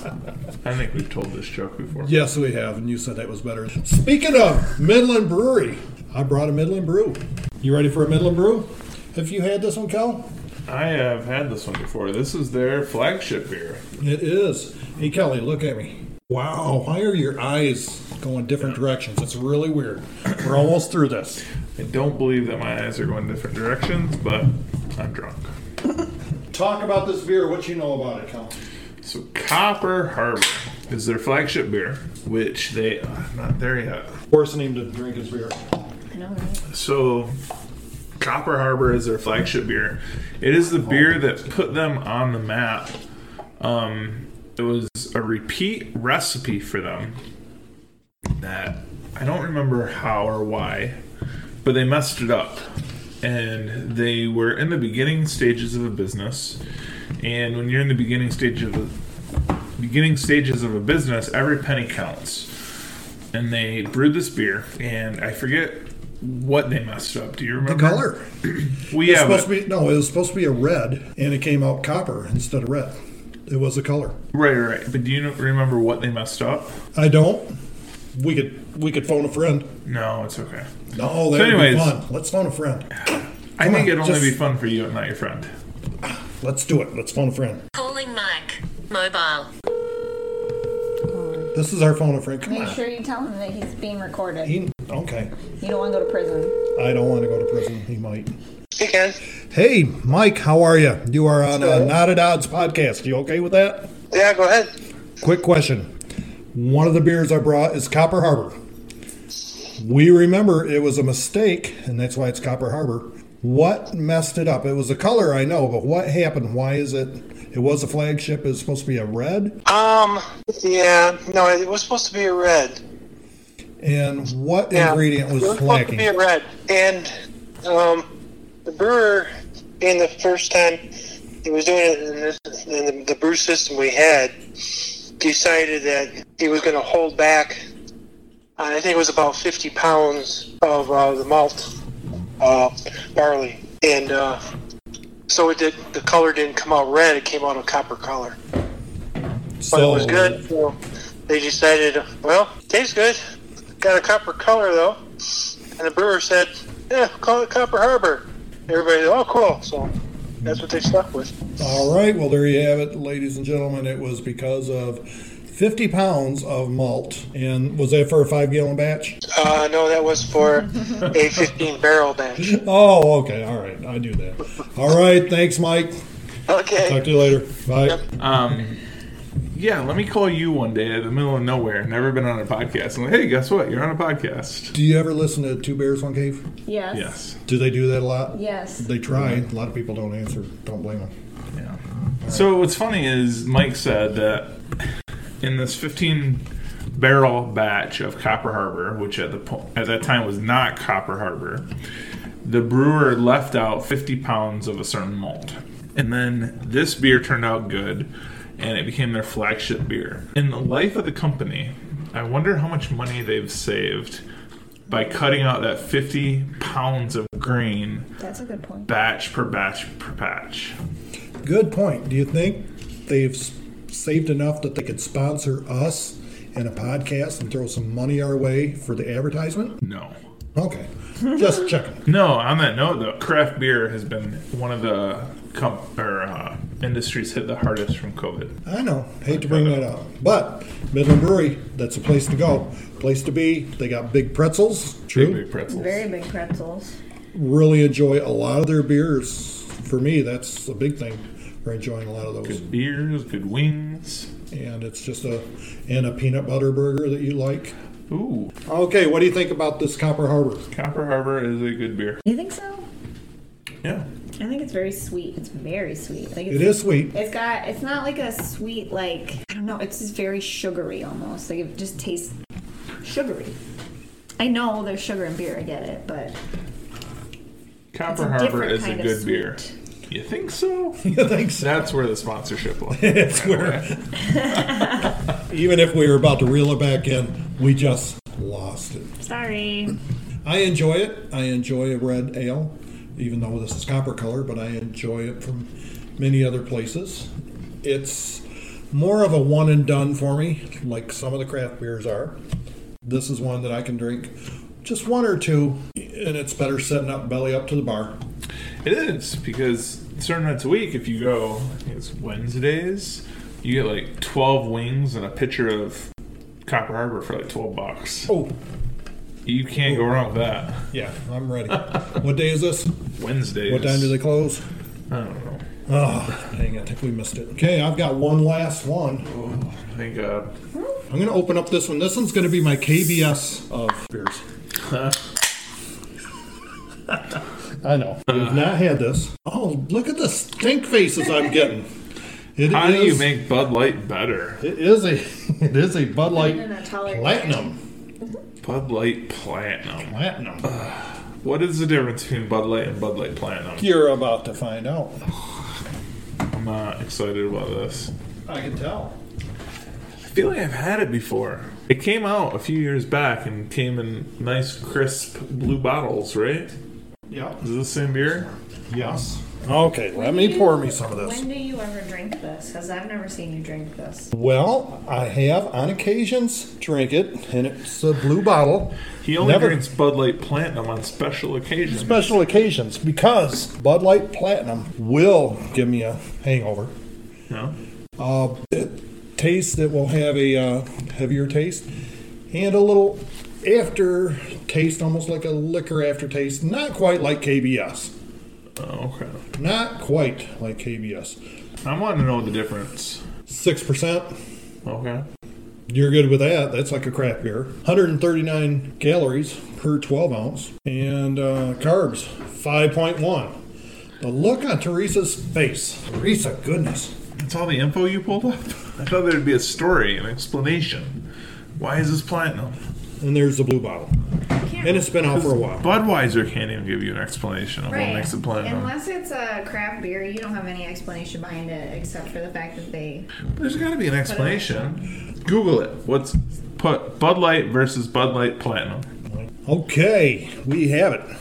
I think we've told this joke before.
yes we have and you said that was better speaking of midland brewery i brought a midland brew you ready for a midland brew have you had this one cal
I have had this one before. This is their flagship beer.
it is hey kelly look at me wow why are your eyes going different directions it's really weird we're almost through this
I don't believe that my eyes are going different directions, but I'm drunk.
Talk about this beer. What you know about it, Cal?
So Copper Harbor is their flagship beer, which they uh, not there yet.
Forcing him to drink his beer.
I know, right?
So Copper Harbor is their flagship beer. It is the beer that put them on the map. Um, it was a repeat recipe for them that I don't remember how or why, but they messed it up. And they were in the beginning stages of a business. And when you're in the beginning stage of a, beginning stages of a business, every penny counts. And they brewed this beer, and I forget what they messed up. Do you remember?
The color.
Well,
It's
yeah,
supposed
but-
to be no. It was supposed to be a red, and it came out copper instead of red. It was a color.
right, right. right. But do you know- remember what they messed up?
I don't. We could we could phone a friend.
No, it's okay.
No,
So
that would be
anyways-
fun. Let's phone a friend.
I
Come
think
on,
it'd only
just-
be fun for you and not your friend.
Let's do it. Let's phone a friend.
Calling Mike. Mobile.
This is our phone a friend. Come
Make
on.
sure you tell him that he's being recorded.
He- okay.
You don't want to go to prison.
I don't want to go to prison. He might.
Hey guys.
Hey, Mike. How are you? You are on a Not at Odds podcast. You okay with that?
Yeah, go ahead.
Quick question. One of the beers I brought is Copper Harbor. We remember it was a mistake, and that's why it's Copper Harbor. What messed it up? It was the color, I know, but what happened? Why is it? It was a flagship. It's supposed to be a red.
Um, yeah, no, it was supposed to be a red.
And what
Yeah.
ingredient
it
was
was supposed to be a
lacking?
red, and um, the brewer, being the first time he was doing it in, this, in the, the brew system we had, decided that he was going to hold back. And I think it was about 50 pounds of uh, the malt uh, barley, and uh, so it did, the color didn't come out red; it came out a copper color. But it
So
was good. So they decided, well, tastes good. Got a copper color though, and the brewer said, "Yeah, call it Copper Harbor." Everybody, oh, cool. So that's what they stuck with.
All right, well, there you have it, ladies and gentlemen. It was because of 50 pounds of malt. And was that for a five gallon batch?
Uh, no, that was for a 15 barrel batch.
Oh, okay. All right. I do that. All right. Thanks, Mike. Talk
Okay.
to you later. Bye.
Um, yeah, let me call you one day in the middle of nowhere. Never been on a podcast. I'm like, hey, guess what? You're on a podcast.
Do you ever listen to Two Bears, One Cave?
Yes.
Yes.
Do they do that a lot?
Yes.
They try. A lot of people don't answer. Don't blame them.
Yeah. So what's funny is Mike said that in this 15 barrel batch of Copper Harbor, which at the po- at that time was not Copper Harbor, the brewer left out 50 pounds of a certain malt, and then this beer turned out good, and it became their flagship beer. In the life of the company, I wonder how much money they've saved by cutting out that 50 pounds of grain
That's a good point.
batch per batch per batch.
Good point. Do you think they've s- saved enough that they could sponsor us in a podcast and throw some money our way for the advertisement?
No.
Okay. Just checking.
No, on that note, though, craft beer has been one of the com- or, uh, industries hit the hardest from COVID.
I know. Hate to bring that up. But Midland Brewery, that's a place to go. Place to be. They got big pretzels. True.
Big, big pretzels.
Very big pretzels.
Really enjoy a lot of their beers. For me, that's a big thing. We're enjoying a lot of those.
Good beers, good wings.
And it's just a and a peanut butter burger that you like.
Ooh,
Okay, what do you think about this Copper Harbor?
Copper Harbor is a good beer.
You think so?
Yeah.
I think it's very sweet. It's very sweet. Like it's,
It is sweet.
It's got. It's not like a sweet like. I don't know. It's just very sugary almost. Like it just tastes sugary. I know there's sugar in beer. I get it, but it's
Copper
a
Harbor
different
is a
kind
good
of
beer.
sweet.
You think so?
You think so?
That's where the sponsorship was.
It's where, even if we were about to reel it back in, we just lost it.
Sorry.
I enjoy it. I enjoy a red ale, even though this is copper color, but I enjoy it from many other places. It's more of a one and done for me, like some of the craft beers are. This is one that I can drink just one or two, and it's better setting up belly up to the bar.
It is because certain nights a week, if you go, I think it's Wednesdays, you get like twelve wings and a pitcher of Copper Harbor for like twelve bucks.
Oh,
You can't go wrong with that.
yeah, I'm ready. what day is this?
Wednesdays.
What time do they close?
I don't know.
Oh, dang, I think we missed it. Okay, I've got one last one.
Thank God.
I'm going to open up this one. This one's going to be my KBS of beers. I know. We've not had this. Oh, look at the stink faces I'm getting. It
How do you
is-
make Bud Light better?
It is a it is a Bud Light
in a taller
Platinum.
Bud Light Platinum.
Platinum.
What is the difference between Bud Light and Bud Light Platinum?
You're about to find out.
I'm not excited about this.
I can tell.
I feel like I've had it before. It came out a few years back and came in nice, crisp blue bottles, right?
Yeah.
Is it the same beer?
Yes. Okay, let me pour me some of this.
When do you ever drink this? Because I've never seen you drink this.
Well, I have on occasions drink it, and it's a blue bottle.
He only
Never.
drinks Bud Light Platinum on special occasions.
Special occasions because Bud Light Platinum will give me a hangover.
no?
Uh, it taste that will have a uh, heavier taste and a little after taste, almost like a liquor aftertaste. Not quite like KBS.
Oh, okay.
Not quite like KBS.
I want to know the difference.
Six percent.
Okay.
You're good with that. That's like a craft beer. 139 calories per 12 ounce, and uh, carbs 5.1. The look on Teresa's face. Teresa, goodness.
That's all the info you pulled up? I thought there'd be a story, an explanation. Why is this platinum?
And there's the blue bottle. And it's been out for a while.
Budweiser can't even give you an explanation of what makes it platinum.
Unless it's a craft beer, you don't have any explanation behind it except for the fact that they.
There's got to be an explanation. Google it. What's put Bud Light versus Bud Light Platinum?
Okay, we have it.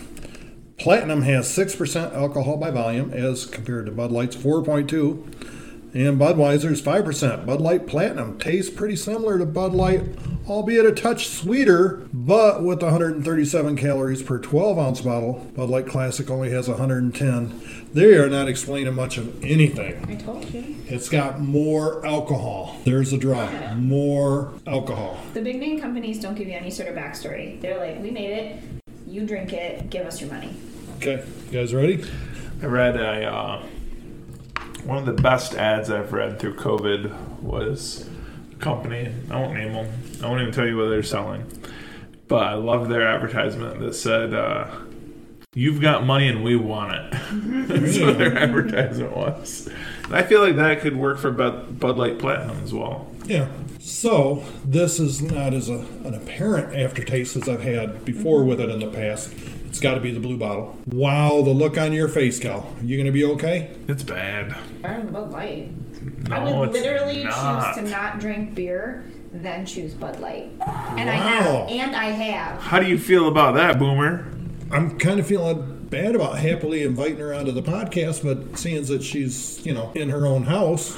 Platinum has 6% alcohol by volume as compared to Bud Light's 4.2. And Budweiser's 5%. Bud Light Platinum tastes pretty similar to Bud Light, albeit a touch sweeter, but with 137 calories per 12 ounce bottle. Bud Light Classic only has 110. They are not explaining much of anything.
I told you.
It's got more alcohol. There's a drop. More alcohol.
The big name companies don't give you any sort of backstory. They're like, we made it, you drink it, give us your money.
Okay, you guys ready?
I read a uh, one of the best ads I've read through COVID was a company. I won't name them. I won't even tell you what they're selling. But I love their advertisement that said, uh, "You've got money and we want it." That's what their advertisement was. And I feel like that could work for Bud Bud Light Platinum as well.
Yeah. So this is not as a, an apparent aftertaste as I've had before with it in the past. It's got to be the blue bottle. Wow, the look on your face, Cal. You gonna be okay?
It's bad.
Burn Bud Light.
No,
I would
it's
literally
not.
choose to not drink beer, then choose Bud Light. And I
Wow.
have. And I have.
How do you feel about that, Boomer?
I'm kind of feeling bad about happily inviting her onto the podcast, but seeing that she's you know in her own house,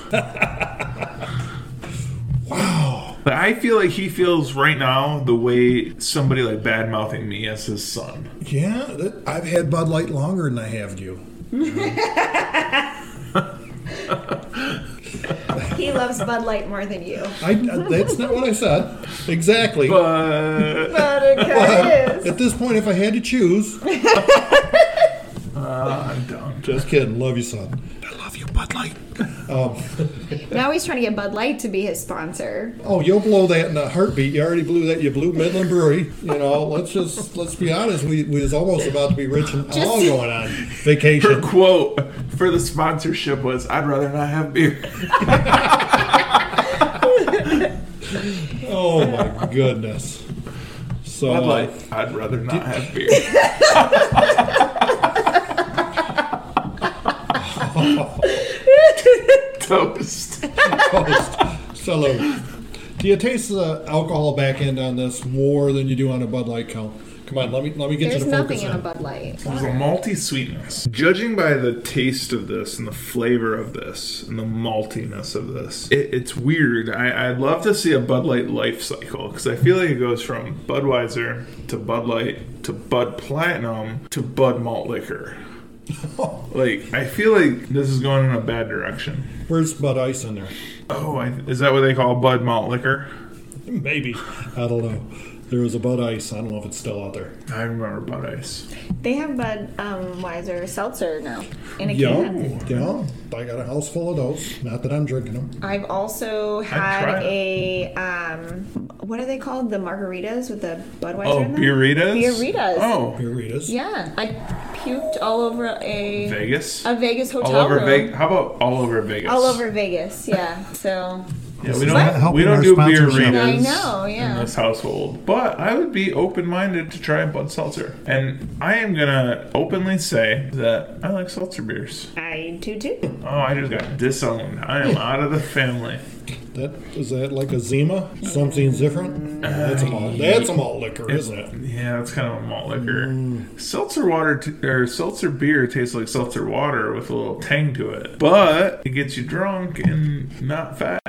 But I feel like he feels right now the way somebody like bad mouthing me as his son.
yeah, that, I've had Bud Light longer than I have you.
He loves Bud Light more than you.
I, that's not what I said. Exactly.
But
But it kinda is.
At this point, if I had to choose,
I'm done.
just kidding. Love you, son. I love you, Bud Light.
Now he's trying to get Bud Light to be his sponsor.
Oh, you'll blow that in a heartbeat. You already blew that. You blew Midland Brewery. You know, let's just let's be honest. We we was almost about to be rich and all going on
Her
vacation.
quote for the sponsorship was, "I'd rather not have beer."
Oh my goodness. So
Bud Light. I'd rather not have beer. Toast.
toast. Salute. Do you taste the alcohol back end on this more than you do on a Bud Light count? Come on, let me let me get
There's
you to focus
nothing in
on.
a Bud Light.
There's a malty sweetness. Judging by the taste of this and the flavor of this and the maltiness of this, it, it's weird. I, I'd love to see a Bud Light life cycle because I feel like it goes from Budweiser to Bud Light to Bud Platinum to Bud Malt Liquor. like, I feel like this is going in a bad direction.
Where's Bud Ice in there?
Oh, I, is that what they call Bud Malt Liquor?
Maybe I don't know. There was a Bud Ice. I don't know if it's still out there.
I remember Bud Ice.
They have Bud um, Weiser seltzer now in a can.
Yeah, yeah. I got a house full of those. Not that I'm drinking them.
I've also
try
had
it.
a um, what are they called? The margaritas with the Budweiser.
Oh,
in them?
Burritas?
Burritas.
Oh,
Burritas.
Yeah, I puked all over a
Vegas?
a Vegas hotel
All over
room.
Vegas. How about all over Vegas?
All over Vegas. Yeah. So
Yeah, we
not
don't, we
helping
don't
our
do beer
sponsorship.
readers
I know, yeah.
in this household. But I would be open minded to try Bud Seltzer. And I am going to openly say that I like seltzer beers.
I do too.
Oh, I just got disowned. I am out of the family.
That is that like a Zima? Something's different. that's a malt. That's a malt liquor, isn't it?
Yeah, that's kind of a malt liquor. Seltzer water t- or seltzer beer tastes like seltzer water with a little tang to it, but it gets you drunk and not fat.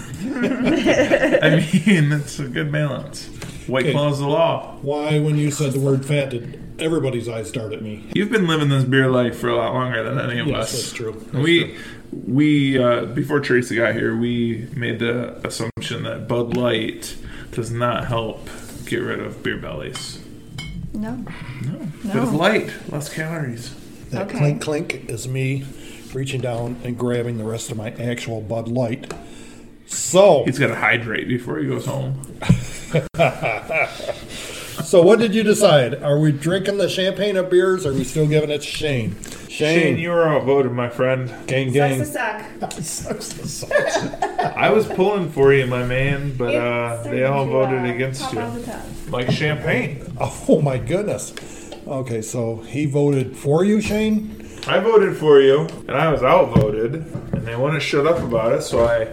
I mean, it's a good balance. White
Okay.
claws the law.
Why, when you said the word fat, did everybody's eyes dart at me?
You've been living this beer life for a lot longer than any of
Yes,
us.
that's true. That's
we we uh, before Teresa got here, we made the assumption that Bud Light does not help get rid of beer bellies.
No.
But it's light, less calories.
That
Okay.
clink clink is me reaching down and grabbing the rest of my actual Bud Light. So,
He's got to hydrate before he goes home.
so what did you decide? Are we drinking the champagne of beers? Or are we still giving it to Shane?
Shane,
Shane,
you were outvoted, my friend.
gang,
Sucks to
gang.
suck.
Uh,
Sucks to suck.
I was pulling for you, my man, but uh,
It's
they all
starting to,
voted
uh,
against
pop out
you.
the top.
Like champagne.
oh my goodness. Okay, so he voted for you, Shane.
I voted for you, and I was outvoted, and they wouldn't shut up about it, so I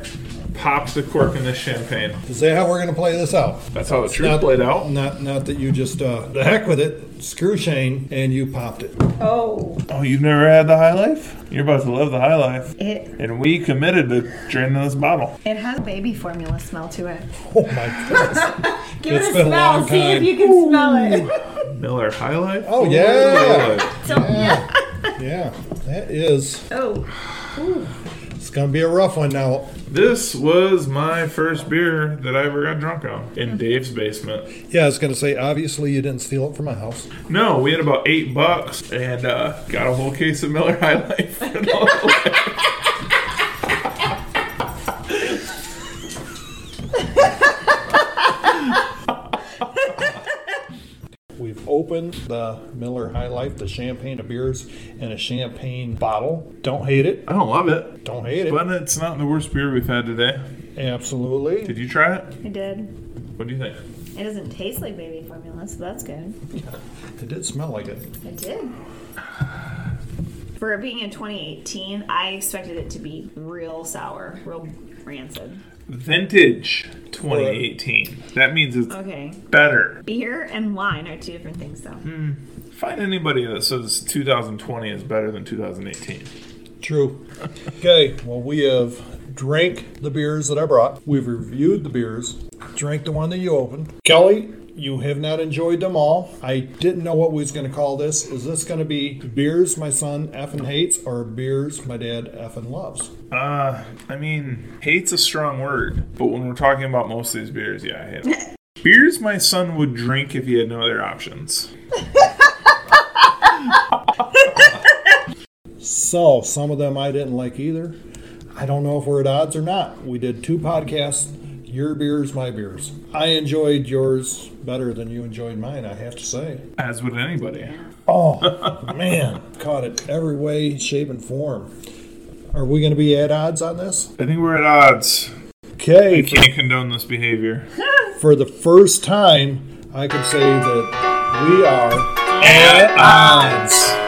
pops the cork in this champagne.
Is that how we're going to play this out?
That's how the truth played out.
Not, not that you just uh, the heck with it, screw Shane, and you popped it.
Oh,
Oh, you've never had the high life? You're about to love the high life.
it
And we committed to draining this bottle.
it has baby formula smell to it.
Oh my goodness!
Give
It's
it a
been a
smell.
long
see
time.
if you can smell it.
Miller High Life?
Oh yeah,
yeah.
yeah. That is.
Oh,
It's going to be a rough one now.
This was my first beer that I ever got drunk on in Dave's basement.
Yeah, I was going to say. Obviously, you didn't steal it from my house.
No, we had about eight bucks and uh, got a whole case of Miller High Life. And all that.
We've opened the Miller High Life, the champagne of beers, and a champagne bottle. Don't hate it.
I don't love it,
Don't hate it.
but it's not the worst beer we've had today.
Absolutely.
Did you try it?
I did.
What do you think?
It doesn't taste like baby formula, so that's good.
It did smell like it.
It did. For it being in 2018, I expected it to be real sour, real rancid.
Vintage 2018. That means it's
Okay.
better.
Beer and wine are two different things, though.
Find anybody that says 2020 is better than 2018.
True. Okay, well, we have drank the beers that I brought. We've reviewed the beers, drank the one that you opened. Kelly, you have not enjoyed them all. I didn't know what we was going to call this. Is this going to be beers my son effing hates or beers my dad effing loves?
Uh, I mean, hate's a strong word, but when we're talking about most of these beers, yeah, I hate them. beers my son would drink if he had no other options.
So, some of them I didn't like either. I don't know if we're at odds or not. We did two podcasts your beers, my beers. I enjoyed yours better than you enjoyed mine, I have to say.
As would anybody.
Oh man, caught it every way, shape, and form. Are we going to be at odds on this?
I think we're at odds.
Okay,
I can't condone this behavior.
for the first time, I can say that we are
At odds.